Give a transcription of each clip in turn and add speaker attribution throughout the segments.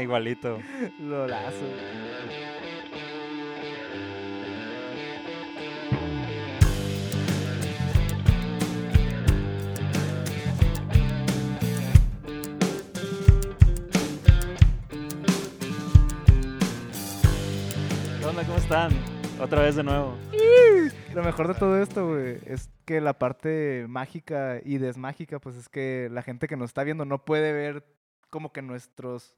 Speaker 1: Igualito.
Speaker 2: Lolazo.
Speaker 1: ¿Qué onda? ¿Cómo están? Otra vez de nuevo.
Speaker 2: Lo mejor de todo esto, güey, es que la parte mágica y desmágica, pues es que la gente que nos está viendo no puede ver como que nuestros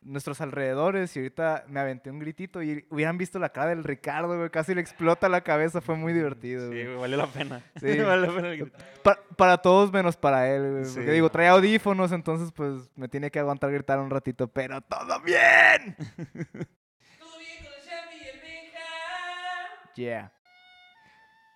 Speaker 2: nuestros alrededores y ahorita me aventé un gritito y hubieran visto la cara del Ricardo, güey, casi le explota la cabeza, fue muy divertido.
Speaker 1: Sí,
Speaker 2: güey.
Speaker 1: güey, valió la pena.
Speaker 2: Sí.
Speaker 1: valió la pena el grito.
Speaker 2: Pa- para todos menos para él, güey.
Speaker 1: Sí.
Speaker 2: Porque digo, trae audífonos, entonces pues me tiene que aguantar gritar un ratito, pero todo bien.
Speaker 3: Todo bien con el Shami y el Benja.
Speaker 2: Yeah.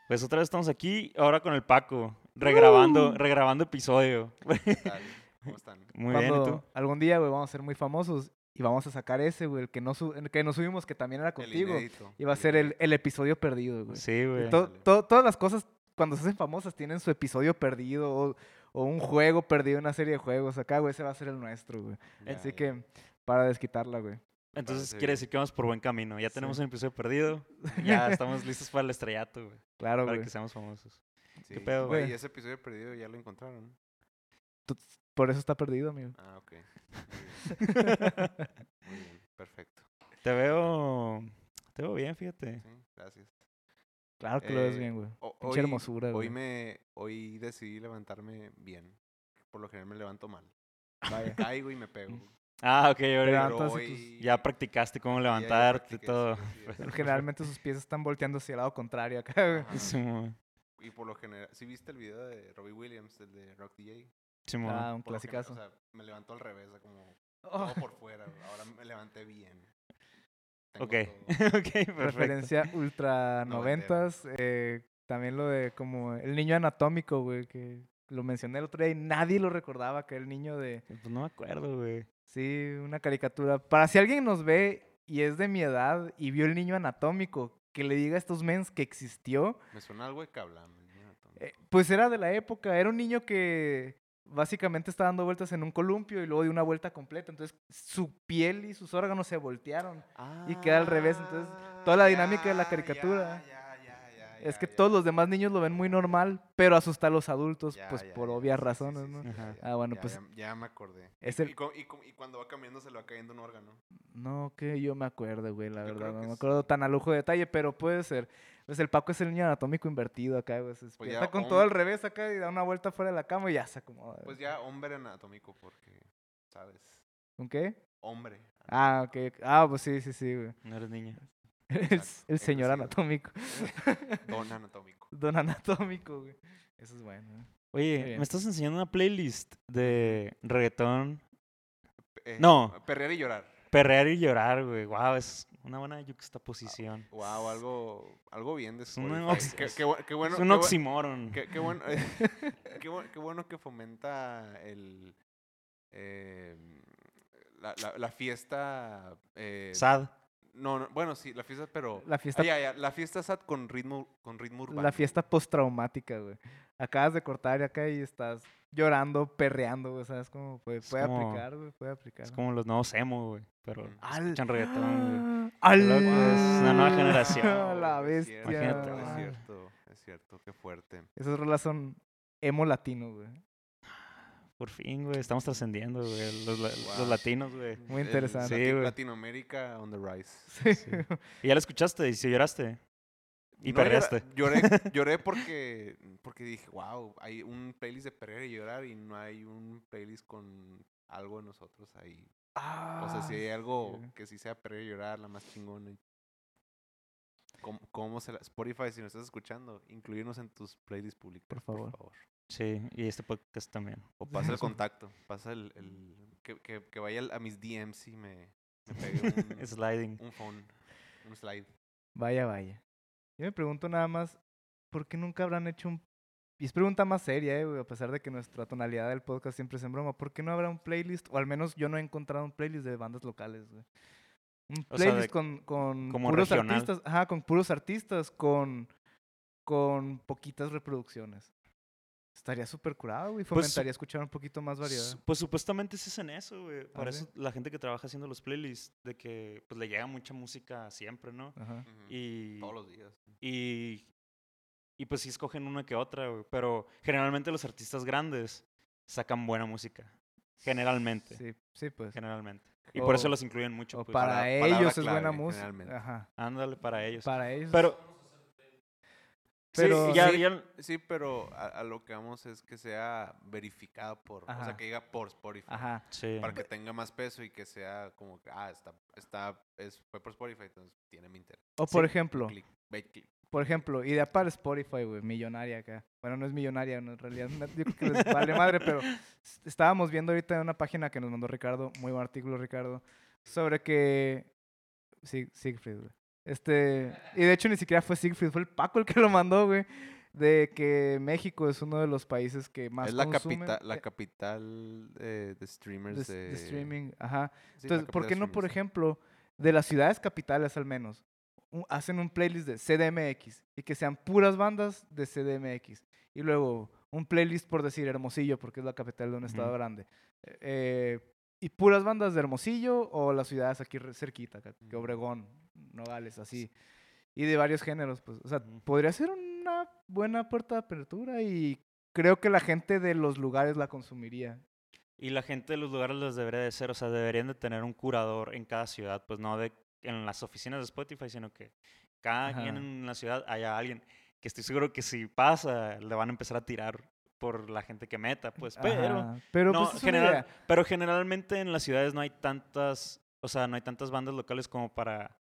Speaker 1: Pues otra vez estamos aquí, ahora con el Paco, regrabando, regrabando episodio.
Speaker 4: ¿Qué tal? ¿Cómo están?
Speaker 1: Muy
Speaker 2: Cuando
Speaker 1: bien, ¿y tú?
Speaker 2: algún día, güey, vamos a ser muy famosos y vamos a sacar ese, güey, el que no, su- el que no subimos, que también era contigo. Y va a ser el, el episodio perdido, güey.
Speaker 1: Sí, güey.
Speaker 2: To-
Speaker 4: Ándale.
Speaker 2: to- todas las cosas, cuando se hacen famosas, tienen su episodio perdido o, o un juego perdido, una serie de juegos. Acá, güey, ese va a ser el nuestro, güey. Así que, para desquitarla, güey.
Speaker 1: Entonces
Speaker 4: parece
Speaker 1: quiere
Speaker 4: bien.
Speaker 1: decir que vamos por buen camino. Ya tenemos
Speaker 2: Sí.
Speaker 1: un episodio perdido. Ya estamos listos para el estrellato, Oh, güey.
Speaker 2: Claro,
Speaker 1: Para
Speaker 2: güey.
Speaker 1: que seamos famosos.
Speaker 4: ¿Qué
Speaker 1: pedo,
Speaker 4: pedo,
Speaker 2: güey?
Speaker 4: güey? Y ese episodio perdido ya lo encontraron.
Speaker 2: Tú- Por eso está perdido, amigo.
Speaker 4: Ah, ok. Muy bien, Muy bien, perfecto.
Speaker 1: Te veo. Te veo bien, fíjate.
Speaker 4: Sí, gracias.
Speaker 2: Claro que lo ves
Speaker 4: Eh,
Speaker 2: bien, güey.
Speaker 4: O-
Speaker 2: Pinche hermosura, güey.
Speaker 4: hoy, me, hoy decidí levantarme bien. Por lo general me levanto mal.
Speaker 2: Vaya.
Speaker 4: Caigo y me pego.
Speaker 1: Ah, ok, ahora
Speaker 2: levantas y
Speaker 4: hoy-
Speaker 1: ya practicaste cómo
Speaker 4: ya- ya
Speaker 1: levantarte y
Speaker 4: practiqué,
Speaker 1: todo.
Speaker 4: sí, sí, sí.
Speaker 2: Generalmente sus pies están volteando hacia el lado contrario acá, güey.
Speaker 4: Ajá.
Speaker 1: Simón,
Speaker 4: Y por lo general, ¿sí viste el video de Robbie Williams, el de Rock DJ?
Speaker 1: Simón.
Speaker 2: Ah, un
Speaker 4: Por lo general,
Speaker 2: clasicazo.
Speaker 4: O sea, me levanto al revés, como
Speaker 2: Oh,
Speaker 4: todo por fuera. güey. Ahora me levanté bien. Tengo
Speaker 1: ok.
Speaker 4: todo.
Speaker 1: ok, perfecto.
Speaker 2: referencia ultra noventas. eh, también lo de como el niño anatómico, güey, que lo mencioné el otro día y nadie lo recordaba, que el niño de...
Speaker 1: Pues no me acuerdo, güey.
Speaker 2: Sí, una caricatura. Para si alguien nos ve y es de mi edad y vio el niño anatómico, que le diga a estos mens que existió,
Speaker 4: Me suena algo de Kablam. el niño anatómico.
Speaker 2: eh, pues era de la época. Era un niño que básicamente estaba dando vueltas en un columpio y luego dio una vuelta completa. Entonces su piel y sus órganos se voltearon. y queda al revés, entonces, toda la dinámica de la
Speaker 4: Ah, ya,
Speaker 2: caricatura.
Speaker 4: ya, ya, ya,
Speaker 2: es
Speaker 4: ya,
Speaker 2: que
Speaker 4: ya.
Speaker 2: todos los demás niños lo ven muy normal, pero asusta a los adultos,
Speaker 4: Ya,
Speaker 2: pues
Speaker 4: ya,
Speaker 2: por
Speaker 4: ya,
Speaker 2: obvias
Speaker 4: sí, sí,
Speaker 2: razones,
Speaker 4: sí,
Speaker 2: ¿no?
Speaker 4: sí, ya,
Speaker 1: Ajá.
Speaker 4: ya,
Speaker 2: Ah, bueno,
Speaker 4: ya,
Speaker 2: pues-
Speaker 4: ya, ya me acordé.
Speaker 2: Es
Speaker 4: Y-
Speaker 2: el-
Speaker 4: y, cu- y cu- y cuando va cambiando se le va cayendo un órgano.
Speaker 2: No, que yo me acuerdo, güey, la
Speaker 4: Yo creo
Speaker 2: verdad. No
Speaker 4: que
Speaker 2: me acuerdo
Speaker 4: sí.
Speaker 2: tan a lujo de detalle, pero puede ser. Pues el Paco es el niño anatómico invertido acá, güey. Se
Speaker 4: Pues ya,
Speaker 2: despierta con todo al
Speaker 4: hombre.
Speaker 2: revés acá y da una vuelta fuera de la cama y ya se acomoda.
Speaker 4: Pues
Speaker 2: güey.
Speaker 4: ya hombre anatómico porque, ¿sabes?
Speaker 2: ¿Con qué?
Speaker 4: Hombre.
Speaker 2: Ah, ok. ok. Ah, pues sí, sí, sí, güey.
Speaker 1: No eres niña.
Speaker 2: El,
Speaker 4: Exacto,
Speaker 2: el señor
Speaker 4: inclusive.
Speaker 2: anatómico.
Speaker 4: Don anatómico.
Speaker 2: Don anatómico, güey. Eso es bueno. güey.
Speaker 1: Oye,
Speaker 2: bien.
Speaker 1: me estás enseñando una playlist de reggaetón,
Speaker 4: Eh,
Speaker 1: No.
Speaker 4: Perrear y llorar.
Speaker 1: perrear y llorar, güey. Wow, es una buena yuxtaposición.
Speaker 4: Wow, algo, algo bien de
Speaker 1: un
Speaker 4: Spotify.
Speaker 1: ox-
Speaker 4: Qué- qué bu- qué bueno,
Speaker 1: es un
Speaker 4: qué bu-
Speaker 1: oxímoron.
Speaker 4: Qué, qué bueno, eh, qué, bu- qué bueno que fomenta el, eh, la, la- la fiesta. eh,
Speaker 1: Sad.
Speaker 4: no, no, bueno, sí, la fiesta, pero.
Speaker 2: La
Speaker 4: Ah,
Speaker 2: fiesta,
Speaker 4: ya, ya, la fiesta sad con ritmo, con ritmo urbano.
Speaker 2: la fiesta postraumática, güey. Acabas de cortar acá y estás llorando, perreando, güey. ¿Sabes cómo? Puede,
Speaker 1: Es
Speaker 2: puede
Speaker 1: como-
Speaker 2: aplicar, güey. Puede aplicar.
Speaker 1: Es como los nuevos emo, güey. Pero
Speaker 4: Ujú.
Speaker 2: Al-
Speaker 1: escuchan reggaetón, güey.
Speaker 2: ¡Al!
Speaker 1: Qué loco, es una nueva generación,
Speaker 2: A
Speaker 4: güey,
Speaker 2: la
Speaker 4: es
Speaker 2: bestia.
Speaker 4: cierto,
Speaker 1: Imagínate,
Speaker 4: Es
Speaker 1: madre.
Speaker 4: cierto, es cierto, qué fuerte.
Speaker 2: Esas rolas son emo latino, güey.
Speaker 1: Por fin, güey. Estamos trascendiendo, güey. Los, la- los
Speaker 4: Wow.
Speaker 1: latinos, güey.
Speaker 2: Muy
Speaker 4: El
Speaker 2: interesante.
Speaker 1: Sí, güey.
Speaker 4: Latinoamérica on the rise.
Speaker 2: Sí.
Speaker 1: Sí. ¿Y ya la escuchaste? ¿Y si lloraste? Y
Speaker 4: No, llora-
Speaker 1: perreaste.
Speaker 4: Lloré, lloré porque, porque dije, wow, hay un playlist de perrear y llorar y no hay un playlist con algo de nosotros ahí. O sea, si
Speaker 2: Ah,
Speaker 4: hay algo
Speaker 2: güey.
Speaker 4: que sí sea perrear y llorar, la más chingona. y- ¿Cómo, cómo se la... Spotify, si nos estás escuchando, incluirnos en tus playlists públicas, por favor.
Speaker 2: favor.
Speaker 1: Sí, y este podcast también.
Speaker 4: O pasa el contacto, pasa el... el- que, que- que vaya al- a mis DMs y me, me pegue un,
Speaker 1: Sliding.
Speaker 4: un phone, un slide.
Speaker 2: Vaya, vaya. Yo me pregunto nada más, ¿por qué nunca habrán hecho un... Y es pregunta más seria, eh, güey, a pesar de que nuestra tonalidad del podcast siempre es en broma. ¿Por qué no habrá un playlist? O al menos yo no he encontrado un playlist de bandas locales, güey. Un
Speaker 1: O sea, de-
Speaker 2: playlist con, con
Speaker 1: como
Speaker 2: puros
Speaker 1: regional.
Speaker 2: artistas. Ajá, con puros artistas, con, con poquitas reproducciones. Estaría súper curado, güey.
Speaker 1: Pues,
Speaker 2: Fomentaría escuchar un poquito más variedad.
Speaker 1: Su- Pues supuestamente se hacen eso, güey. Para
Speaker 2: ¿eh? ¿Ah, sí?
Speaker 1: eso la gente que trabaja haciendo los playlists, de que pues le llega mucha música siempre, ¿no?
Speaker 2: Ajá.
Speaker 4: Ujú,
Speaker 1: Y,
Speaker 4: Todos los días.
Speaker 1: y, y pues sí escogen una que otra, güey. Pero generalmente los artistas grandes sacan buena música. Generalmente.
Speaker 2: Sí, sí, pues.
Speaker 1: Generalmente. Y por eso
Speaker 2: O-
Speaker 1: los incluyen mucho.
Speaker 2: O
Speaker 1: pues.
Speaker 2: para
Speaker 4: palabra- palabra
Speaker 2: ellos es
Speaker 4: clave,
Speaker 2: buena música.
Speaker 4: generalmente.
Speaker 2: Ajá.
Speaker 1: Ándale, para ellos.
Speaker 2: Para ellos.
Speaker 1: Pero.
Speaker 2: Pero-
Speaker 1: sí, ya,
Speaker 4: Sí.
Speaker 1: ya-
Speaker 4: Sí, pero a, a lo que vamos es que sea verificado por, o
Speaker 2: Ajá.
Speaker 4: sea, que diga por Spotify.
Speaker 2: Ajá.
Speaker 1: sí.
Speaker 4: Para que tenga más peso y que sea como que, ah, está, está, es, fue por Spotify, entonces tiene mi interés.
Speaker 2: O por ejemplo,
Speaker 4: Clic, ve, clic.
Speaker 2: por ejemplo, idea para Spotify, güey, millonaria acá. Bueno, no es millonaria, no, en realidad no- yo creo que les vale madre, pero s- estábamos viendo ahorita en una página que nos mandó Ricardo, muy buen artículo Ricardo, sobre que Sí, Siegfried, güey. Este, y de hecho ni siquiera fue Siegfried, fue el Paco el que lo mandó, güey, de que México es uno de los países que más
Speaker 4: Es la,
Speaker 2: consumen
Speaker 4: capital la
Speaker 2: eh,
Speaker 4: capital eh, de
Speaker 2: de,
Speaker 4: streamers.
Speaker 2: s- de
Speaker 4: eh,
Speaker 2: streaming, ajá.
Speaker 4: sí, la
Speaker 2: Entonces,
Speaker 4: capital
Speaker 2: ¿por
Speaker 4: de
Speaker 2: qué no, por
Speaker 4: streamers.
Speaker 2: ejemplo, de las ciudades capitales al menos, u- hacen un playlist de CDMX y que sean puras bandas de CDMX? Y luego un playlist, por decir, Hermosillo, porque es la capital de un estado
Speaker 1: Ujú.
Speaker 2: grande. eh, eh, y puras bandas de Hermosillo o las ciudades aquí re- cerquita, acá, que
Speaker 4: Ujú.
Speaker 2: Obregón, Nogales, así. Y de varios géneros, pues. O sea,
Speaker 1: Ujú.
Speaker 2: podría ser una buena puerta de apertura y creo que la gente de los lugares la consumiría.
Speaker 1: Y la gente de los lugares los debería de ser, o sea, deberían de tener un curador en cada ciudad, pues no de en las oficinas de Spotify, sino que cada quien
Speaker 2: Ajá.
Speaker 1: en la ciudad haya alguien que estoy seguro que si pasa le van a empezar a tirar por la gente que meta, pues. Pero
Speaker 2: Ajá, Pero
Speaker 1: no,
Speaker 2: pues, es una
Speaker 1: general-
Speaker 2: idea.
Speaker 1: pero generalmente en las ciudades no hay tantas, o sea, no hay tantas bandas locales como para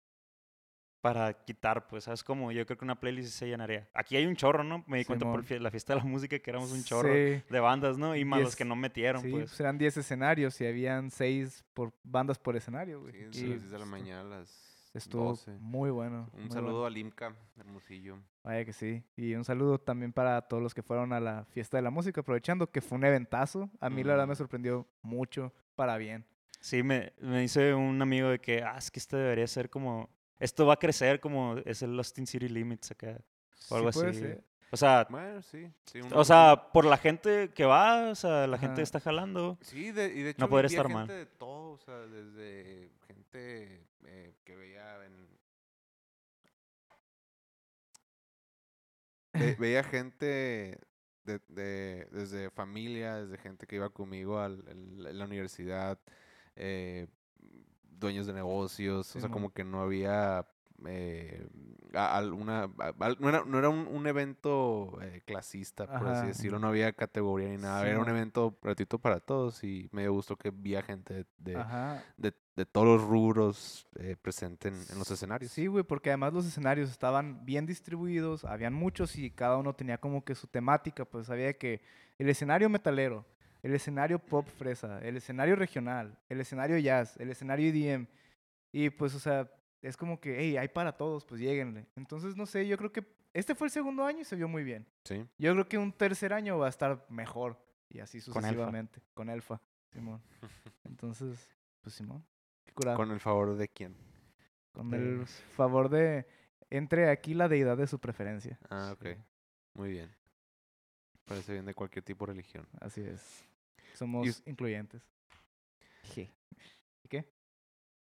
Speaker 1: para quitar, pues, ¿sabes cómo? Yo creo que una playlist sí se llenaría. Aquí hay un chorro, ¿no? Me di cuenta por fie-
Speaker 2: Simón.
Speaker 1: la fiesta de la música que éramos un chorro
Speaker 2: Sí.
Speaker 1: de bandas, ¿no? Y más los que
Speaker 2: Diez-
Speaker 1: no metieron,
Speaker 2: Sí,
Speaker 1: pues.
Speaker 2: eran 10 escenarios y habían 6 por, bandas por escenario, güey.
Speaker 4: Sí, desde
Speaker 2: Y
Speaker 4: las 10 de la
Speaker 2: estu-
Speaker 4: mañana a las
Speaker 2: Estuvo
Speaker 4: 12.
Speaker 2: muy bueno.
Speaker 4: Un
Speaker 2: muy
Speaker 4: saludo
Speaker 2: bueno.
Speaker 4: al IMCA, hermosillo.
Speaker 2: Vaya que sí. Y un saludo también para todos los que fueron a la fiesta de la música, aprovechando que fue un eventazo. A mí la verdad me
Speaker 4: Mm.
Speaker 2: sorprendió mucho para bien.
Speaker 1: Sí, me, me dice un amigo de que, ah, es que este debería ser como, esto va a crecer como es el Lost in City Limits acá. O algo
Speaker 2: Sí puede
Speaker 1: así.
Speaker 2: ser.
Speaker 1: O sea,
Speaker 4: Bueno, sí. sí, un-
Speaker 1: o sea, por la gente que va, o sea, la gente
Speaker 2: Ajá.
Speaker 1: está jalando.
Speaker 4: Sí, de, y de hecho
Speaker 1: No podría
Speaker 4: vi a
Speaker 1: estar mal.
Speaker 4: gente de todo, o sea, desde gente eh, que veía en... Ve- veía gente de, de- desde familia, desde gente que iba conmigo al, en, la- en la universidad, eh, dueños de negocios, o sea,
Speaker 2: Simón.
Speaker 4: como que no había... eh, a- alguna- a- al- no era, no era un, un evento eh, clasista, por
Speaker 2: Ajá.
Speaker 4: así decirlo, no había categoría ni nada. Era un
Speaker 2: Simón.
Speaker 4: evento gratuito para todos y me dio gusto que vi a gente de,
Speaker 2: Ajá.
Speaker 4: de, de todos los rubros eh, presente en, en los escenarios.
Speaker 2: Sí, güey, porque además los escenarios estaban bien distribuidos, habían muchos y cada uno tenía como que su temática, pues había que el escenario metalero, el escenario pop fresa, el escenario regional, el escenario jazz, el escenario EDM. Y pues, o sea, es como que, hey, hay para todos, pues lléguenle. Entonces, no sé, yo creo que este fue el segundo año y se vio muy bien.
Speaker 4: Sí.
Speaker 2: Yo creo que un tercer año va a estar mejor y así
Speaker 1: Con Elfa.
Speaker 2: sucesivamente. Con Elfa, Simón. Entonces, pues Simón, qué curado.
Speaker 4: Con el favor de quién.
Speaker 2: Con
Speaker 1: de
Speaker 2: el favor de entre aquí la deidad de su preferencia.
Speaker 4: Ah, ok. Muy bien. Parece bien de cualquier tipo de religión.
Speaker 2: Así es. Somos incluyentes. Sí. ¿Y qué?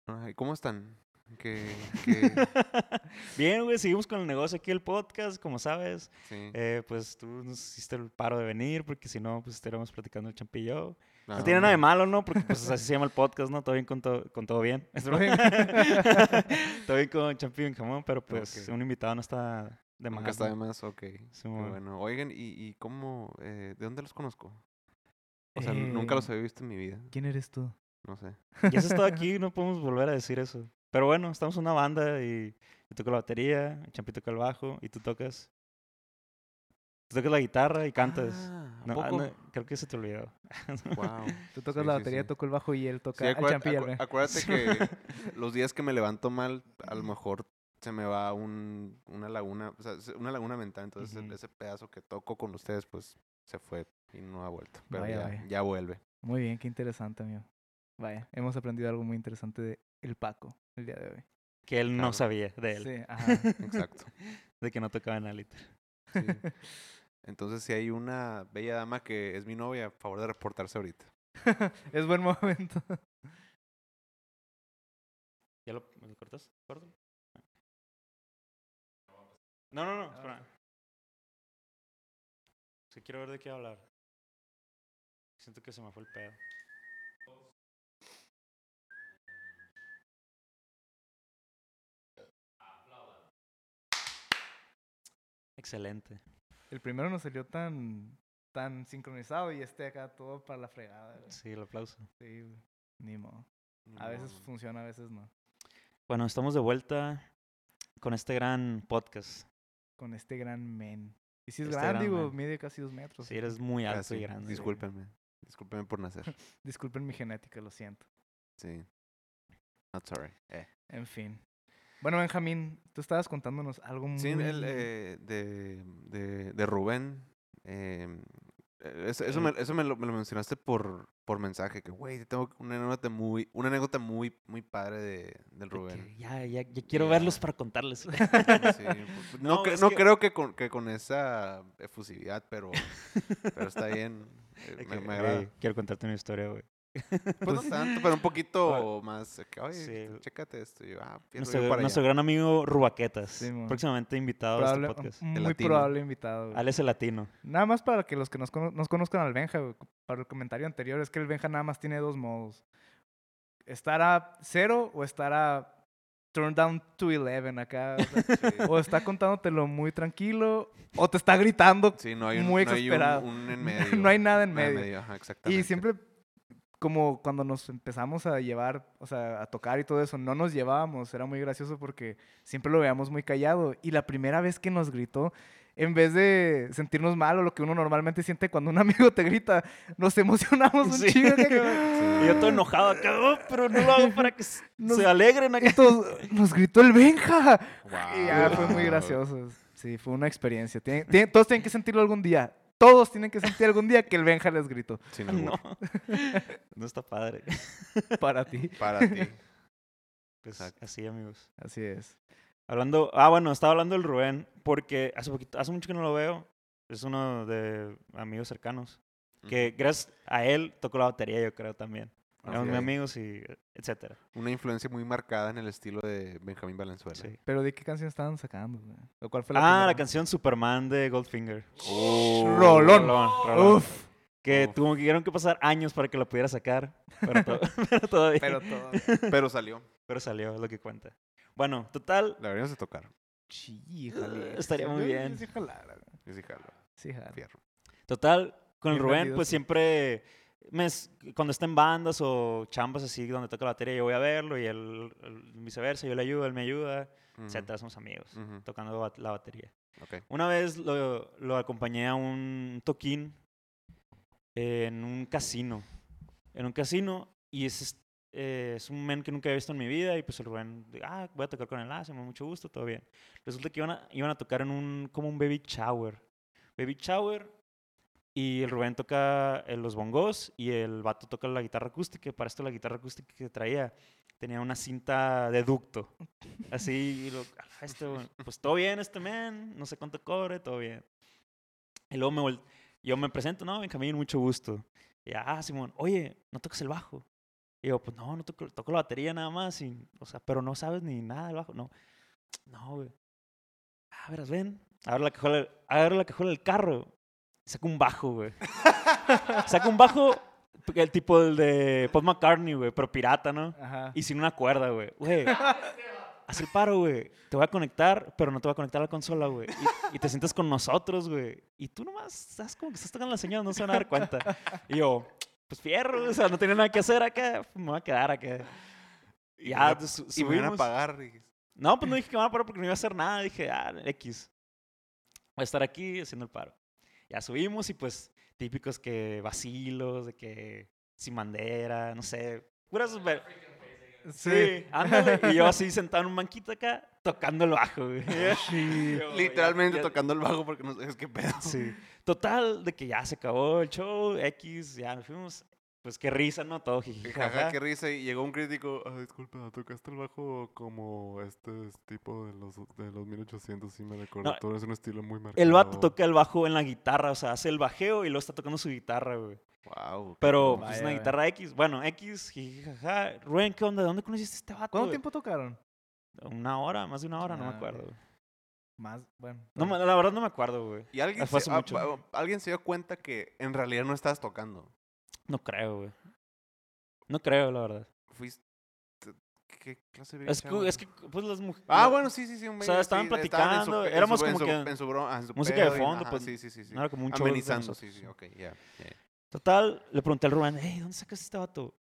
Speaker 4: Ay, ¿Cómo están? Que, que-
Speaker 1: Bien, güey, seguimos con el negocio aquí, el podcast, como sabes.
Speaker 4: sí.
Speaker 1: Eh, pues tú nos hiciste el paro de venir, porque si no, pues estaríamos platicando el champillo. No,
Speaker 4: Ah,
Speaker 1: tiene nada de
Speaker 4: hombre.
Speaker 1: malo, ¿no? Porque pues así se llama el podcast, ¿no? Todo bien con, todo con todo bien. Es broma. todo bien con champillo en jamón, pero pues
Speaker 4: Ok.
Speaker 1: un invitado no está de más.
Speaker 4: Nunca está de
Speaker 1: ¿no?
Speaker 4: más, ok. Qué
Speaker 1: Simón.
Speaker 4: bueno. Oigan, ¿y, y cómo? eh, ¿De dónde los conozco? O sea, nunca
Speaker 2: Eh,
Speaker 4: los había visto en mi vida.
Speaker 2: ¿Quién eres tú?
Speaker 4: No sé.
Speaker 1: Ya has estado aquí, no podemos volver a decir eso. Pero bueno, estamos una banda y yo toco la batería, el Champi toca el bajo y tú tocas. Tú tocas la guitarra y cantas.
Speaker 4: Ah, ¿a
Speaker 1: No, ah,
Speaker 4: poco?
Speaker 1: no, creo que se te olvidó.
Speaker 4: Wow.
Speaker 2: Tú tocas
Speaker 4: Sí,
Speaker 2: la
Speaker 4: sí,
Speaker 2: batería,
Speaker 4: sí.
Speaker 2: toco el bajo y él toca
Speaker 4: Sí,
Speaker 2: el
Speaker 4: acuérdate,
Speaker 2: champillo.
Speaker 4: acu-
Speaker 2: ¿no?
Speaker 4: acuérdate que los días que me levanto mal, a lo mejor se me va un, una laguna, o sea, se- una laguna mental. Entonces, el-
Speaker 1: Ujú.
Speaker 4: ese pedazo que toco con ustedes, pues se fue y no ha vuelto. Pero
Speaker 2: Vaya,
Speaker 4: ya,
Speaker 2: vaya.
Speaker 4: ya vuelve.
Speaker 2: Muy bien, qué interesante, amigo. Vaya, hemos aprendido algo muy interesante de el Paco el día de hoy.
Speaker 1: Que él no
Speaker 4: Claro.
Speaker 1: sabía de él,
Speaker 2: Sí, ajá.
Speaker 4: Exacto.
Speaker 1: de que no tocaba en la liter.
Speaker 4: sí. Entonces, si hay una bella dama que es mi novia, a favor de reportarse ahorita.
Speaker 2: Es buen momento.
Speaker 1: ¿Ya lo, ¿me lo cortas? ¿Corto? No, no, no, espera. Sí, quiero ver de qué hablar. Siento que se me fue el pedo. Excelente.
Speaker 2: El primero nos salió tan, tan sincronizado y este acá todo para la fregada. güey.
Speaker 1: Sí, el aplauso.
Speaker 2: Sí, güey. Ni modo.
Speaker 4: Ni
Speaker 2: A veces
Speaker 4: modo.
Speaker 2: funciona, a veces no.
Speaker 1: Bueno, estamos de vuelta con este gran podcast.
Speaker 2: Con este gran men. Y si es
Speaker 1: Este
Speaker 2: grande,
Speaker 1: gran
Speaker 2: digo,
Speaker 1: men.
Speaker 2: mide casi dos metros.
Speaker 1: Sí, eres muy
Speaker 4: Ah,
Speaker 1: alto
Speaker 4: sí,
Speaker 1: y grande.
Speaker 2: discul-
Speaker 4: Discúlpenme. Discúlpenme por nacer.
Speaker 2: Disculpen mi genética, lo siento.
Speaker 4: Sí. Not sorry. Eh.
Speaker 2: En fin. Bueno, Benjamín, tú estabas contándonos algo muy...
Speaker 4: Sí, el, eh, de, de, de Rubén. eh, eh, eso eso, me, eso me, lo, me lo mencionaste por, por mensaje, que, güey, te tengo una anécdota muy, una anécdota muy, muy padre de, del
Speaker 1: De que
Speaker 4: Rubén.
Speaker 1: Ya, ya, ya quiero
Speaker 4: Ya.
Speaker 1: verlos para contarles.
Speaker 4: Sí, pu- no
Speaker 1: No,
Speaker 4: cre-
Speaker 1: es
Speaker 4: no
Speaker 1: que-
Speaker 4: creo que con, que con esa efusividad, pero, pero está bien. eh,
Speaker 1: De
Speaker 4: me,
Speaker 1: que,
Speaker 4: me
Speaker 1: "Oye,
Speaker 4: agrada.
Speaker 1: quiero contarte una historia, güey.
Speaker 4: Pues no
Speaker 2: Pues-
Speaker 4: tanto, pero un poquito más. de que, Oye,
Speaker 1: Sí.
Speaker 4: chécate esto. y yo, ah, pierdo yo
Speaker 1: Nuestro,
Speaker 4: para
Speaker 1: nuestro
Speaker 4: allá.
Speaker 1: gran amigo Rubaquetas,
Speaker 2: Sí, mon.
Speaker 1: próximamente invitado
Speaker 2: probable- Mm.
Speaker 1: a este podcast.
Speaker 2: un
Speaker 4: El
Speaker 2: muy
Speaker 4: latino.
Speaker 2: probable invitado. güey.
Speaker 1: Alex el Latino.
Speaker 2: Nada más para que los que nos, cono- nos conozcan al Benja, güey, para el comentario anterior, es que el Benja nada más tiene dos modos. Estar a cero o estar a turn down to 11 acá. o sea,
Speaker 4: Sí.
Speaker 2: o está contándotelo muy tranquilo o te está gritando.
Speaker 4: Sí, no hay un,
Speaker 2: muy
Speaker 4: no hay un-
Speaker 2: exasperado.
Speaker 4: un en
Speaker 2: No
Speaker 4: medio.
Speaker 2: hay nada en
Speaker 4: Nada
Speaker 2: medio.
Speaker 4: ajá,
Speaker 2: Y
Speaker 4: exactamente.
Speaker 2: siempre, como cuando nos empezamos a llevar, o sea, a tocar y todo eso, no nos llevábamos. Era muy gracioso porque siempre lo veíamos muy callado. Y la primera vez que nos gritó, en vez de sentirnos mal o lo que uno normalmente siente cuando un amigo te grita, nos emocionamos un
Speaker 1: Sí.
Speaker 2: chingo. que-
Speaker 1: Y yo todo enojado acá, "Oh, pero no lo hago para que s-
Speaker 2: Nos-
Speaker 1: se alegren acá.
Speaker 2: Estos- nos gritó el Benja.
Speaker 4: Guau.
Speaker 2: Y ya
Speaker 1: Ah,
Speaker 2: fue muy gracioso. Sí, fue una experiencia. Tienen- tienen- todos tienen que sentirlo algún día. Todos tienen que sentir algún día que el Benja les gritó
Speaker 4: Sin
Speaker 1: No.
Speaker 4: albur.
Speaker 1: no está padre.
Speaker 2: para ti.
Speaker 4: Para ti.
Speaker 1: Pues,
Speaker 4: Exacto.
Speaker 1: así, amigos.
Speaker 2: Así es.
Speaker 1: Hablando, ah, bueno, estaba hablando del Rubén, porque hace poquito, hace mucho que no lo veo. Es uno de amigos cercanos. Que gracias a él tocó la batería, yo creo también. Éramos muy
Speaker 4: Ok.
Speaker 1: amigos y etcétera.
Speaker 4: Una influencia muy marcada en el estilo de Benjamín Valenzuela.
Speaker 1: Sí.
Speaker 2: Pero de qué canción estaban sacando, güey? ¿O cuál fue
Speaker 1: Ah, la
Speaker 2: primera?
Speaker 1: canción Superman de Goldfinger.
Speaker 4: Oh.
Speaker 2: Rolón.
Speaker 1: rolón.
Speaker 2: Uf.
Speaker 1: Que
Speaker 4: Uf.
Speaker 1: tuvieron que pasar años para que la pudiera sacar. Pero, to- pero todavía.
Speaker 2: Pero
Speaker 1: Pero,
Speaker 2: todo.
Speaker 4: Pero salió.
Speaker 1: salió, es lo que cuenta. Bueno, total.
Speaker 4: La deberíamos de tocar.
Speaker 2: Sí,
Speaker 1: Estaría muy bien.
Speaker 2: Sí, jalara, güey.
Speaker 4: Y sí, jalo,
Speaker 2: Sí, jala.
Speaker 4: fierro.
Speaker 1: Total, con el
Speaker 2: Bien
Speaker 1: Rubén,
Speaker 2: vendido,
Speaker 1: pues
Speaker 2: sí.
Speaker 1: siempre. me es- cuando está en bandas o chambas así donde toca la batería, yo voy a verlo y él, él viceversa, yo le ayudo, él me ayuda,
Speaker 4: Ujú,
Speaker 1: etcétera, somos amigos,
Speaker 4: ujú,
Speaker 1: tocando bat- la batería.
Speaker 4: ok.
Speaker 1: Una vez lo, lo acompañé a un toquín en un casino. En un casino. Y es, est- eh, es un men que nunca había visto en mi vida. Y pues el Rubén, de, ah, voy a tocar con él. Ah, se me mucho gusto, todo bien. Resulta que iban a, iban a tocar en un, como un baby shower. Baby shower. Y el Rubén toca eh, los bongos y el vato toca la guitarra acústica. y Para esto la guitarra acústica que traía tenía una cinta de ducto. Así, y lo, "Ah, este, güey, pues todo bien este men, no sé cuánto cobre, todo bien. Y luego me vol- yo me presento, no, Benjamín, mucho gusto. Y, ah, Simón, oye, ¿no tocas el bajo? Y yo, pues no, no toco, toco la batería nada más, y, o sea, pero no sabes ni nada del bajo, no. No, güey. Ah, verás, ven, abre la cajuela, del- abre la cajuela del carro, saca un bajo, güey. saca un bajo, el tipo del de Paul McCartney, güey, pero pirata, ¿no?
Speaker 2: Ajá.
Speaker 1: Y sin una cuerda, güey. Güey. Haz el paro, güey. Te voy a conectar, pero no te voy a conectar a la consola, güey. Y, y te sientas con nosotros, güey. Y tú nomás estás como que estás tocando la señal, no se van a dar cuenta. Y yo, pues fierro, o sea, no tenía nada que hacer acá. Me voy a quedar acá.
Speaker 4: Y
Speaker 1: ya, pues,
Speaker 4: me van a-
Speaker 1: su-
Speaker 4: y me van a
Speaker 1: subimos.
Speaker 4: pagar. dije,
Speaker 1: No, pues no dije que me van a parar porque no iba a hacer nada. Dije, ah, X. Voy a estar aquí haciendo el paro. Ya subimos y pues típicos que vacilos, de que sin bandera, no sé. Puras... Sí, ándale. Y yo así sentado en un banquito acá, tocando el bajo, güey.
Speaker 2: Sí.
Speaker 1: Yo,
Speaker 4: Literalmente
Speaker 1: ya- ya-
Speaker 4: tocando el bajo porque no sabes qué pedo.
Speaker 1: Sí. Total, de que ya se acabó el show, X, ya nos fuimos. Pues qué risa, ¿no? Todo jiji,
Speaker 4: Jaja,
Speaker 1: jaja.
Speaker 4: qué risa. Y llegó un crítico.
Speaker 5: Ah, disculpa, tocaste el bajo como este es- tipo de los, de los 1800, sí me recuerdo.
Speaker 1: No,
Speaker 5: Tú eres un estilo muy marcado.
Speaker 1: El vato toca el bajo en la guitarra, o sea, hace el bajeo y luego está tocando su guitarra, güey.
Speaker 4: Wow.
Speaker 1: Pero
Speaker 2: Vaya,
Speaker 1: pues, es una
Speaker 2: güey.
Speaker 1: guitarra X. Bueno, X, jiji, jaja. Rubén, ¿qué onda? ¿De dónde conociste a este vato?
Speaker 2: ¿Cuánto
Speaker 1: güey?
Speaker 2: tiempo tocaron?
Speaker 1: Una hora, más de una hora, no
Speaker 2: Ah,
Speaker 1: me acuerdo.
Speaker 2: ok.
Speaker 1: güey.
Speaker 2: Más, bueno.
Speaker 1: No, me- la verdad no me acuerdo, güey.
Speaker 4: Y alguien
Speaker 1: Fue
Speaker 4: se,
Speaker 1: hace
Speaker 4: ah,
Speaker 1: mucho.
Speaker 4: ah, alguien se dio cuenta que en realidad no estabas tocando.
Speaker 1: No creo, güey. No creo, la verdad.
Speaker 4: Fuiste. ¿Qué clase de
Speaker 1: Es
Speaker 4: chavo?
Speaker 1: que, es que pues las mujeres...
Speaker 4: Ah, bueno, sí, sí, sí. Un
Speaker 1: o sea,
Speaker 4: baby,
Speaker 1: estaban
Speaker 4: sí, en su
Speaker 1: platicando,
Speaker 4: pe- en su-
Speaker 1: éramos
Speaker 4: en
Speaker 1: como
Speaker 4: su-
Speaker 1: que
Speaker 4: en su bro- ah, en su
Speaker 1: música de
Speaker 4: pedo y-
Speaker 1: fondo,
Speaker 4: ajá,
Speaker 1: pues,
Speaker 4: Sí, sí, sí. sí.
Speaker 1: No era como un show de
Speaker 4: Amenizando,
Speaker 1: nosotros.
Speaker 4: sí, sí, ok, ya. ya, ya.
Speaker 1: Total, le pregunté al Rubén, hey, ¿dónde sacaste este vato?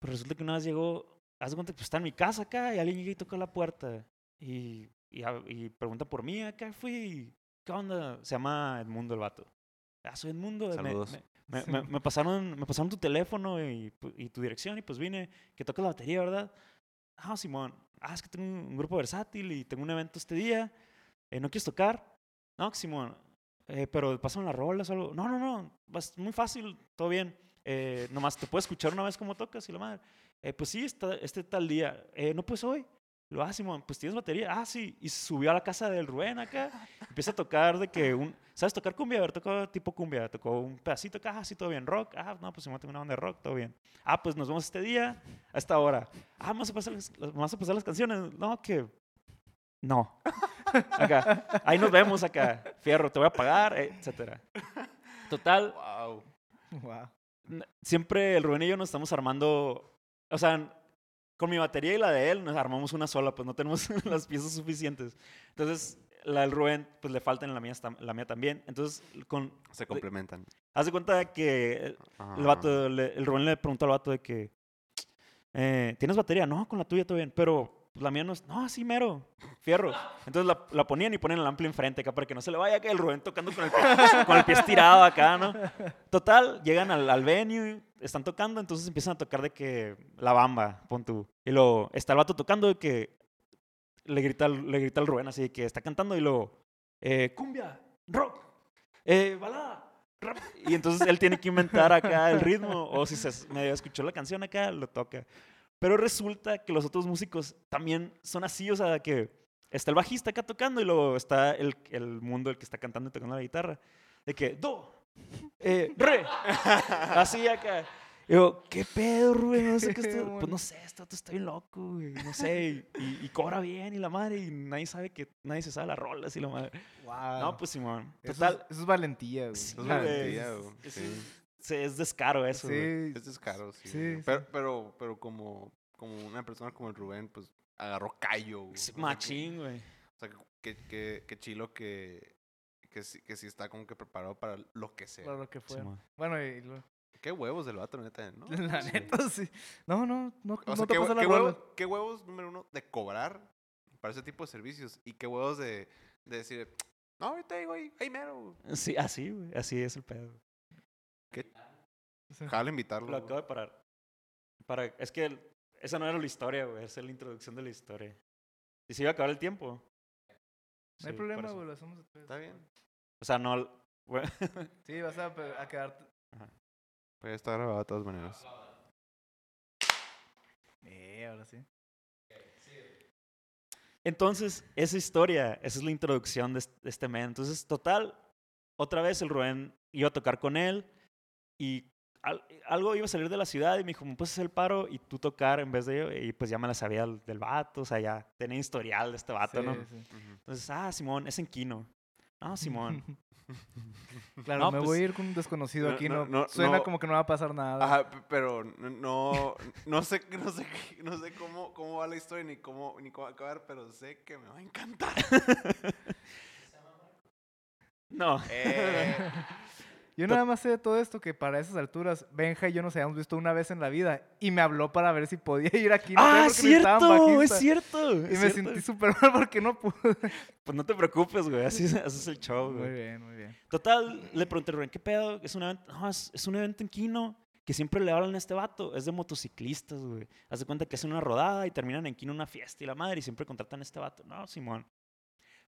Speaker 1: Pues resulta que una vez llegó, haz de cuenta que pues, está en mi casa acá y alguien llega y toca la puerta y, y, ab- y pregunta por mí, "Ah, acá fui, y, ¿qué onda? Se llama Edmundo el vato. Ah, soy Edmundo. me-
Speaker 4: Saludos.
Speaker 1: Me, me- me- me pasaron, me pasaron tu teléfono y, pu- y tu dirección y pues vine, que toca la batería, ¿verdad? Ah, Simón, ah, es que tengo un un grupo versátil y tengo un evento este día, eh, ¿no quieres tocar? No, que Simón, eh, pero pasan las rolas o algo. No, no, no, vas- muy fácil, todo bien. Eh, nomás te puedo escuchar una vez cómo tocas y la madre. "Eh, pues sí, está, este tal día. "Eh, no, pues hoy. Lo ah, Simón, pues tienes batería. Ah, sí. Y se subió a la casa del Rubén acá. Empieza a tocar de que un. ¿Sabes tocar cumbia? A ver, tocó tipo cumbia. Tocó un pedacito acá, ah, sí, todo bien. Rock. Ah, no, pues Simón, tengo una banda de rock, todo bien. Ah, pues nos vemos este día, a esta hora. Ah, vamos a pasar las, las- vamos a pasar las canciones. No, que. No. Acá. Ahí nos vemos acá. Fierro, te voy a pagar, etcétera. Total,
Speaker 4: Wow.
Speaker 2: Wow.
Speaker 1: n- siempre el Rubén y yo nos estamos armando, o sea, n- con mi batería y la de él nos armamos una sola, pues no tenemos las piezas suficientes. Entonces, la del Rubén, pues le faltan, la mía, está- la mía también. Entonces, con,
Speaker 4: Se complementan.
Speaker 1: haz de cuenta que el- el, vato, le- el Rubén le preguntó al vato de que, eh, ¿tienes batería? No, con la tuya todo bien, pero pues, la mía no es, no, así mero, fierro. Entonces la, la ponían y ponen el ampli enfrente acá para que no se le vaya que el Rubén tocando con el, pie- con el pie estirado acá, ¿no? Total, llegan al, al venue, están tocando, entonces empiezan a tocar de que la bamba, pon tú. Y luego está el vato tocando de que le grita, al- le grita al Rubén así de que está cantando y luego, eh, cumbia, rock, eh, balada. rap. Y entonces él tiene que inventar acá el ritmo, o si se es- medio escuchó la canción acá, lo toca. Pero resulta que los otros músicos también son así, o sea, que está el bajista acá tocando y luego está el, el mundo el que está cantando y tocando la guitarra. De que, do, eh, re, así acá. Y yo, ¿qué pedo, Rubén? No sé qué esto- Pues no sé, esto está bien loco, güey. No sé, y, y- y cobra bien y la madre, y nadie sabe que, nadie se sabe las rolas y la madre.
Speaker 2: Wow.
Speaker 1: No, pues Simón.
Speaker 2: eso,
Speaker 1: Total,
Speaker 2: es, eso es valentía, güey.
Speaker 1: Sí,
Speaker 4: Es
Speaker 1: güey.
Speaker 4: valentía, güey,
Speaker 1: Es-
Speaker 4: sí.
Speaker 1: Sí, es descaro eso, güey.
Speaker 2: Sí,
Speaker 4: Es descaro, sí.
Speaker 2: Sí, sí.
Speaker 4: Pero, pero, pero como, como una persona como el Rubén, pues agarró callo. güey.
Speaker 1: Es
Speaker 4: O sea, pues, que-
Speaker 1: Machín, güey.
Speaker 4: O sea, que, que, que chilo que, que, sí, que sí está como que preparado para lo que sea.
Speaker 2: para lo que fue.
Speaker 1: Simón. pues,
Speaker 2: Bueno, y lo-
Speaker 4: Qué huevos del vato, neta, ¿no?
Speaker 2: la
Speaker 4: Sí.
Speaker 2: neta, sí. No, no, no,
Speaker 4: O
Speaker 2: no
Speaker 4: sea,
Speaker 2: te
Speaker 4: qué,
Speaker 2: pasa
Speaker 4: hue-
Speaker 2: la
Speaker 4: qué
Speaker 2: rola.
Speaker 4: huevo- qué huevos, número uno, de cobrar para ese tipo de servicios. Y qué huevos de, de decir, no, ahorita digo ahí, ahí mero.
Speaker 1: Sí, así, güey. Así es el pedo. Ah,
Speaker 4: Jala invitarlo.
Speaker 1: Lo
Speaker 4: güey.
Speaker 1: acabo de parar. Para, es que el- esa no era la historia, güey. Esa es la introducción de la historia. Y se iba a acabar el tiempo.
Speaker 2: No hay
Speaker 1: Sí, por
Speaker 2: problema,
Speaker 1: eso.
Speaker 2: güey, lo hacemos después.
Speaker 4: Está bien.
Speaker 1: O sea, no. güey,
Speaker 2: Sí, vas a, pe- a quedarte.
Speaker 4: Pues ya está grabado de todas maneras.
Speaker 2: Eh, ahora sí.
Speaker 1: Entonces, esa historia, esa es la introducción de est- de este men. Entonces, total, otra vez el Rubén iba a tocar con él y al- algo iba a salir de la ciudad y me dijo, ¿me puedes hacer el paro y tú tocar en vez de yo? Y pues ya me la sabía del, del vato, o sea, ya tenía historial de este vato,
Speaker 2: Sí,
Speaker 1: ¿no?
Speaker 2: sí.
Speaker 4: Ujú.
Speaker 1: Entonces, ah, Simón, es en Quino. No, Simón.
Speaker 2: Claro,
Speaker 1: No,
Speaker 2: me
Speaker 1: pues-
Speaker 2: voy a ir con un desconocido
Speaker 4: No,
Speaker 2: aquí,
Speaker 4: no,
Speaker 2: no,
Speaker 4: no,
Speaker 2: suena
Speaker 4: no.
Speaker 2: como que no va a pasar nada.
Speaker 4: Ajá, p- pero n- no, no sé, no sé, qué- no sé cómo, cómo va la historia ni cómo, ni cómo va a acabar, pero sé que me va a encantar.
Speaker 1: no,
Speaker 4: Eh,
Speaker 2: Yo nada más sé de todo esto que para esas alturas, Benja y yo nos habíamos visto una vez en la vida y me habló para ver si podía ir aquí. no sé
Speaker 1: ¡Ah, es
Speaker 2: por qué necesitaban
Speaker 1: cierto! ¡Es
Speaker 2: bajista.
Speaker 1: cierto!
Speaker 2: Y
Speaker 1: es
Speaker 2: me
Speaker 1: cierto.
Speaker 2: sentí súper mal porque no pude.
Speaker 1: Pues no te preocupes, güey, así, es- así es el show, güey.
Speaker 2: Muy bien, muy bien.
Speaker 1: Total, le pregunté, Rubén, ¿qué pedo? Es un evento, no, es, es un evento en Quino que siempre le hablan a este vato. Es de motociclistas, güey. Haz de cuenta que hacen una rodada y terminan en Quino una fiesta y la madre y siempre contratan a este vato. No, Simón.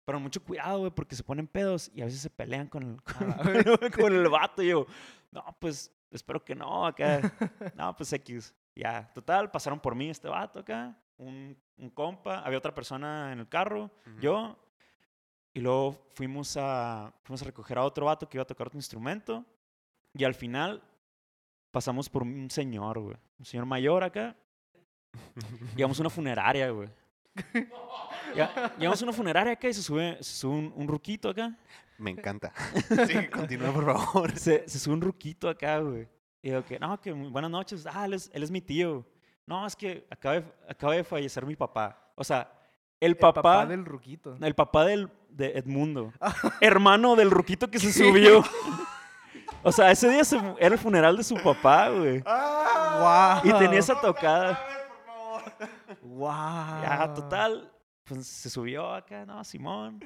Speaker 1: Pero mucho cuidado, güey, porque se ponen pedos y a veces se pelean con el, con,
Speaker 2: Ah,
Speaker 1: con el vato. Y yo, no, pues Espero que no, acá. no, pues X. Ya, total, pasaron por mí este vato acá, un, un compa, había otra persona en el carro,
Speaker 4: Ujú.
Speaker 1: yo. Y luego fuimos a, fuimos a recoger a otro vato que iba a tocar otro instrumento. Y al final pasamos por un señor, güey. Un señor mayor acá. Llegamos a una funeraria, güey. Ya- Llegamos a una funeraria acá y se sube, se sube un, un ruquito acá.
Speaker 4: Me encanta. sí, continúa, por favor.
Speaker 1: Se, se sube un ruquito acá, güey. Y digo que, no, que muy buenas noches. Ah, él es, él es mi tío. No, es que acaba de, acaba de fallecer mi papá. O sea, el
Speaker 2: El
Speaker 1: papá,
Speaker 2: papá, del ruquito.
Speaker 1: el papá del, de Edmundo. hermano del ruquito que se subió. o sea, ese día se- era el funeral de su papá, güey. Y
Speaker 2: Ah.
Speaker 1: tenía esa tocada.
Speaker 2: Wow.
Speaker 1: Ya, total. Pues se subió acá, no, Simón.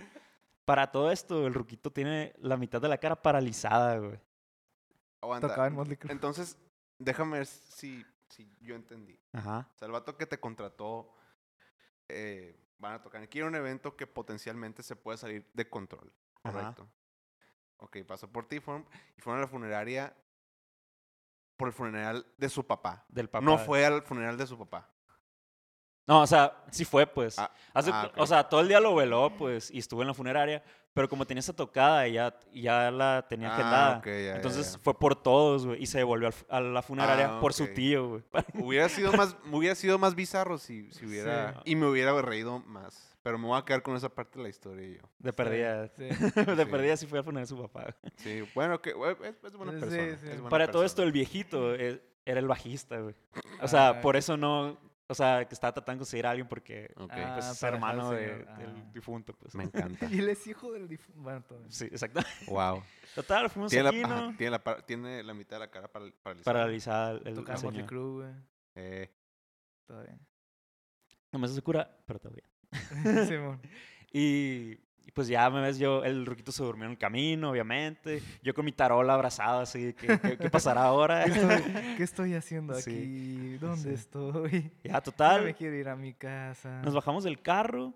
Speaker 1: Para todo esto, el ruquito tiene la mitad de la cara paralizada, güey.
Speaker 4: Aguanta.
Speaker 2: Tocaba en Motley Crue.
Speaker 4: Entonces, déjame ver si, si yo entendí.
Speaker 1: Ajá.
Speaker 4: O sea, el vato que te contrató eh, van a tocar. Aquí era un evento que potencialmente se puede salir de control.
Speaker 1: Ajá.
Speaker 4: Correcto. Ok, pasó por ti fueron- y fueron a la funeraria por el funeral de su papá.
Speaker 1: Del papá.
Speaker 4: No fue al funeral de su papá.
Speaker 1: No, o sea, sí fue, pues.
Speaker 4: Ah,
Speaker 1: Haz de
Speaker 4: ah,
Speaker 1: cu-
Speaker 4: ok.
Speaker 1: O sea, todo el día lo veló, pues, y estuvo en la funeraria. Pero como tenía esa tocada, y ya, y ya la tenía
Speaker 4: Ah,
Speaker 1: agendada.
Speaker 4: ok, ya, ya,
Speaker 1: Entonces
Speaker 4: ya.
Speaker 1: fue por todos, güey. Y se devolvió al fu- a la funeraria
Speaker 4: Ah,
Speaker 1: por su
Speaker 4: ok.
Speaker 1: tío, güey.
Speaker 4: Hubiera sido más, hubiera sido más bizarro si, si hubiera.
Speaker 1: Sí.
Speaker 4: Y me hubiera reído más. Pero me voy a quedar con esa parte de la historia yo.
Speaker 1: De perdida.
Speaker 2: Sí.
Speaker 1: De
Speaker 4: Sí.
Speaker 1: perdida sí fue al funeral de su papá. güey.
Speaker 4: Sí, bueno, que güey, es, es buena
Speaker 2: Sí,
Speaker 4: persona.
Speaker 2: sí.
Speaker 4: es buena
Speaker 1: Para todo esto,
Speaker 4: persona.
Speaker 1: el viejito eh, era el bajista, güey. O sea,
Speaker 2: Ah,
Speaker 1: por eso no. O sea, que estaba tratando de conseguir a alguien porque
Speaker 4: Ok.
Speaker 1: eh, pues,
Speaker 2: Ah,
Speaker 1: es
Speaker 2: para
Speaker 1: hermano
Speaker 2: dejar al
Speaker 1: de-
Speaker 2: señor. Ah.
Speaker 1: del difunto, pues.
Speaker 4: Me encanta.
Speaker 2: Y él es hijo del difunto. Bueno, todavía.
Speaker 1: Sí, exacto.
Speaker 4: wow.
Speaker 1: Total, fuimos
Speaker 4: Tiene
Speaker 1: aquí,
Speaker 4: la, ajá,
Speaker 1: ¿no?
Speaker 4: tiene, la, par- tiene la mitad de la cara paral- paralizada.
Speaker 1: Paralizada el, el
Speaker 2: Tocaba en Motley
Speaker 1: señor.
Speaker 2: Crue, güey.
Speaker 4: Eh,
Speaker 2: Todavía.
Speaker 1: No me hace cura, pero todavía.
Speaker 2: Simón.
Speaker 1: Y, y pues ya me ves yo, el ruquito se durmió en el camino, obviamente. Yo con mi tarola abrazado, así, ¿qué, qué, qué pasará ahora?
Speaker 2: ¿Qué estoy, qué estoy haciendo
Speaker 1: Sí.
Speaker 2: aquí? ¿Dónde
Speaker 1: Sí.
Speaker 2: estoy?
Speaker 1: ya,
Speaker 2: Ya me
Speaker 1: total.
Speaker 2: quiero ir a mi casa.
Speaker 1: Nos bajamos del carro.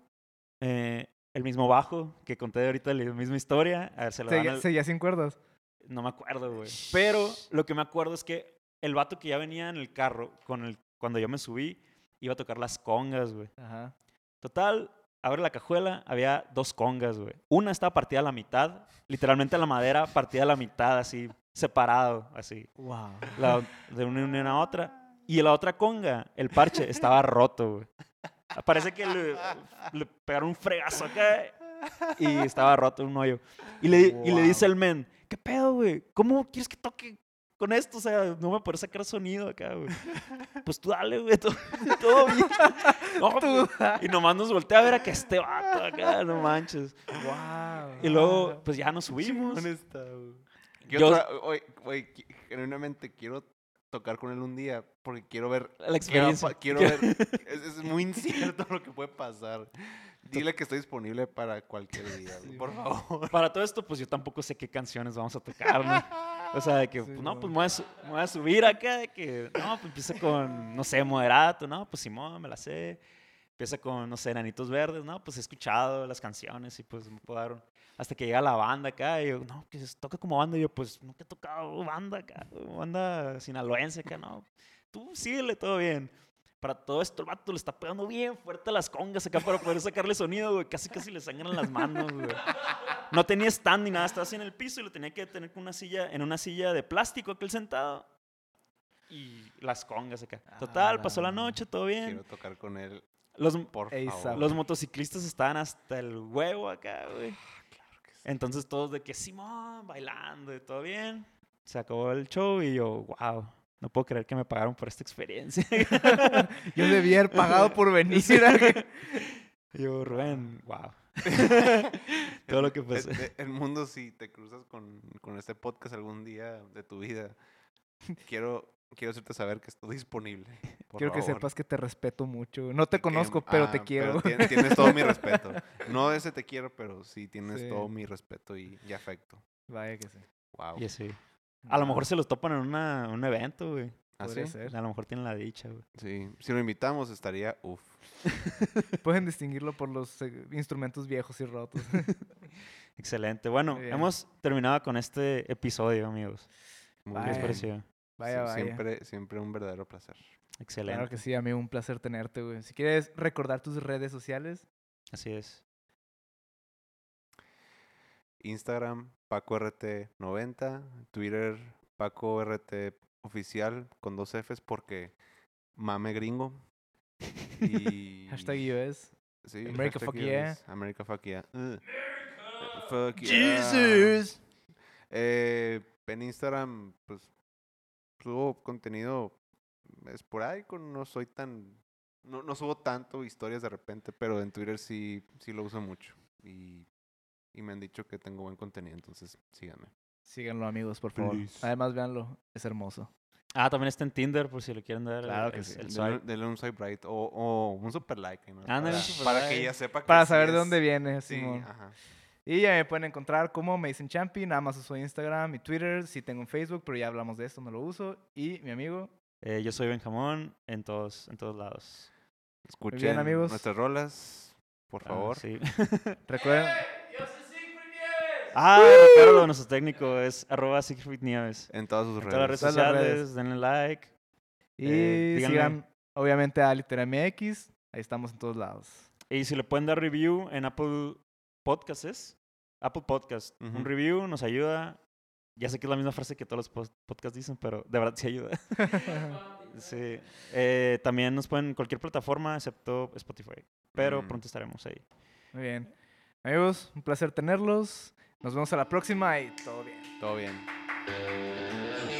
Speaker 1: eh, el mismo bajo que conté ahorita, la misma historia. A ver, se lo dan
Speaker 2: Seguía,
Speaker 1: al-
Speaker 2: seguía sin cuerdas.
Speaker 1: No me acuerdo, güey. Pero lo que me acuerdo es que el vato que ya venía en el carro con el, cuando yo me subí iba a tocar las congas, güey.
Speaker 2: Ajá.
Speaker 1: Total, abre la cajuela, había dos congas, güey. Una estaba partida a la mitad, literalmente la madera partida a la mitad, así, separado, así,
Speaker 2: Wow.
Speaker 1: la- de una unión a otra. Y la otra conga, el parche, estaba roto, güey. Parece que le, le pegaron un fregazo acá y estaba roto un hoyo. Y le, y le dice el men, ¿qué pedo, güey? ¿Cómo quieres que toque con esto? O sea, no me puedes sacar sonido acá, güey. Pues tú dale, güey, todo, todo bien. No, pues, y nomás nos voltea a ver a que este vato acá, no manches.
Speaker 2: Wow.
Speaker 1: Y
Speaker 4: Ah.
Speaker 1: luego, pues ya nos subimos.
Speaker 4: yo,
Speaker 1: Yo-
Speaker 4: tra- oye, güey, qui- genuinamente quiero tocar con él un día porque quiero ver.
Speaker 1: La
Speaker 4: qué va a
Speaker 1: experiencia.
Speaker 4: pa- Quiero ver. Es, es muy incierto lo que puede pasar. Dile que estoy disponible para cualquier día, güey, por favor.
Speaker 1: Para todo esto, pues yo tampoco sé qué canciones vamos a tocar, ¿no? O sea, de que,
Speaker 2: Sí,
Speaker 1: pues, no,
Speaker 2: no.
Speaker 1: pues me voy, a su- me voy a subir acá, de que, no, pues empieza con, no sé, Moderato, no, pues Simón, me la sé. Empieza con, no sé, Enanitos Verdes, no, pues he escuchado las canciones y pues me puedo dar un- Hasta que llega la banda acá, y yo, no, que se toca como banda, y yo, pues nunca he tocado banda acá, banda sinaloense acá, no. Tú síguele, todo bien. Para todo esto, el vato le está pegando bien fuerte a las congas acá para poder sacarle sonido, güey. Casi, casi le sangran las manos, güey. No tenía stand ni nada, estaba así en el piso y lo tenía que tener con una silla, en una silla de plástico aquel sentado. Y las congas acá. Total,
Speaker 2: Ah,
Speaker 1: pasó la
Speaker 2: la
Speaker 1: noche, todo bien.
Speaker 4: Quiero tocar con él,
Speaker 1: Los,
Speaker 4: por
Speaker 2: Ey,
Speaker 4: favor.
Speaker 2: sab-
Speaker 1: los motociclistas estaban hasta el huevo acá, güey.
Speaker 2: Ah,
Speaker 1: Entonces todos de que Simón, bailando y todo bien. Se acabó el show y yo, wow, no puedo creer que me pagaron por esta experiencia.
Speaker 2: Yo debía haber pagado por venir.
Speaker 1: Y yo, Rubén, wow. todo lo que
Speaker 4: El-
Speaker 1: pasó.
Speaker 4: el, el e, mundo, si te cruzas con, con este podcast algún día de tu vida, quiero, quiero hacerte saber que estoy disponible. por
Speaker 2: quiero que
Speaker 4: favor.
Speaker 2: sepas que te respeto mucho. No te
Speaker 4: que-
Speaker 2: conozco, pero
Speaker 4: ah,
Speaker 2: te quiero.
Speaker 4: tien- tienes todo mi respeto. No ese te quiero, pero sí tienes
Speaker 2: Sí.
Speaker 4: todo mi respeto y, y afecto.
Speaker 2: Vaya que sí.
Speaker 4: Wow.
Speaker 1: Y así. A lo mejor se los topan en una- un evento, güey.
Speaker 2: Podría ser.
Speaker 1: A lo mejor tienen la dicha, güey.
Speaker 4: ¿Ah, Sí. Si lo invitamos, estaría uff.
Speaker 2: Pueden distinguirlo por los eh, instrumentos viejos y rotos.
Speaker 1: Excelente. Bueno,
Speaker 2: Muy bien.
Speaker 1: hemos terminado con este episodio, amigos. ¿Qué les
Speaker 2: Bye.
Speaker 1: pareció?
Speaker 2: Vaya, vaya.
Speaker 4: Siempre, siempre un verdadero placer.
Speaker 1: Excelente.
Speaker 2: Claro que sí, amigo, un placer tenerte, güey. Si quieres recordar tus redes sociales,
Speaker 1: Así es.
Speaker 4: Instagram, PacoRT90, Twitter, PacoRT oficial con dos Fs porque mame gringo. Y
Speaker 2: hashtag US.
Speaker 4: sí,
Speaker 2: America
Speaker 4: hashtag
Speaker 2: fuck
Speaker 4: US,
Speaker 2: yeah.
Speaker 4: America fuck yeah. Uh, fuck yeah.
Speaker 1: Jesus.
Speaker 4: Eh, en Instagram, pues, subo contenido esporádico, no soy tan... No, no subo tanto historias de repente, pero en Twitter sí, sí lo uso mucho. Y, y me han dicho que tengo buen contenido, entonces síganme.
Speaker 2: Síganlo, amigos, por favor.
Speaker 5: Please.
Speaker 2: Además, véanlo, es hermoso.
Speaker 1: Ah, también está en Tinder por si le quieren dar
Speaker 2: Claro
Speaker 1: el,
Speaker 2: que
Speaker 1: el-
Speaker 2: sí.
Speaker 1: el
Speaker 4: Denle-
Speaker 1: swipe.
Speaker 4: denle un swipe right o, o un super like. ahí, ¿no?
Speaker 1: Ándale,
Speaker 4: para,
Speaker 1: un super
Speaker 4: para
Speaker 1: like.
Speaker 4: que ella sepa que
Speaker 2: Para
Speaker 4: sí
Speaker 2: saber
Speaker 4: es-
Speaker 2: de dónde viene,
Speaker 4: Sí,
Speaker 2: Simón.
Speaker 4: ajá.
Speaker 2: Y ya me pueden encontrar como me dicen Champi, nada más uso Instagram y Twitter, sí tengo un Facebook, pero ya hablamos de esto, no lo uso. Y mi amigo,
Speaker 1: Eh, yo soy Benjamón en todos, en todos lados.
Speaker 4: Escuchen
Speaker 2: amigos.
Speaker 4: nuestras rolas, por
Speaker 1: Ah,
Speaker 4: favor.
Speaker 1: sí.
Speaker 2: recuerden,
Speaker 3: Yo soy Siegfried Nieves.
Speaker 1: Ah, recuerdo, nuestro técnico es arroba Siegfried Nieves.
Speaker 4: En todas sus
Speaker 1: En
Speaker 4: redes.
Speaker 1: todas las redes
Speaker 2: Todas las redes.
Speaker 1: sociales, denle like.
Speaker 2: y
Speaker 1: Eh, díganme.
Speaker 2: sigan obviamente a Litera MX, ahí estamos en todos lados.
Speaker 1: Y si le pueden dar review en Apple Podcasts, ¿es? Apple Podcast. Un
Speaker 4: Ujú.
Speaker 1: review nos ayuda. Ya sé que es la misma frase que todos los pos- podcasts dicen, pero de verdad sí ayuda. sí. Eh, también nos pueden en cualquier plataforma excepto Spotify. Pero
Speaker 4: Mm.
Speaker 1: pronto estaremos ahí.
Speaker 2: Muy bien. Amigos, un placer tenerlos. Nos vemos a la próxima y todo bien.
Speaker 4: Todo bien.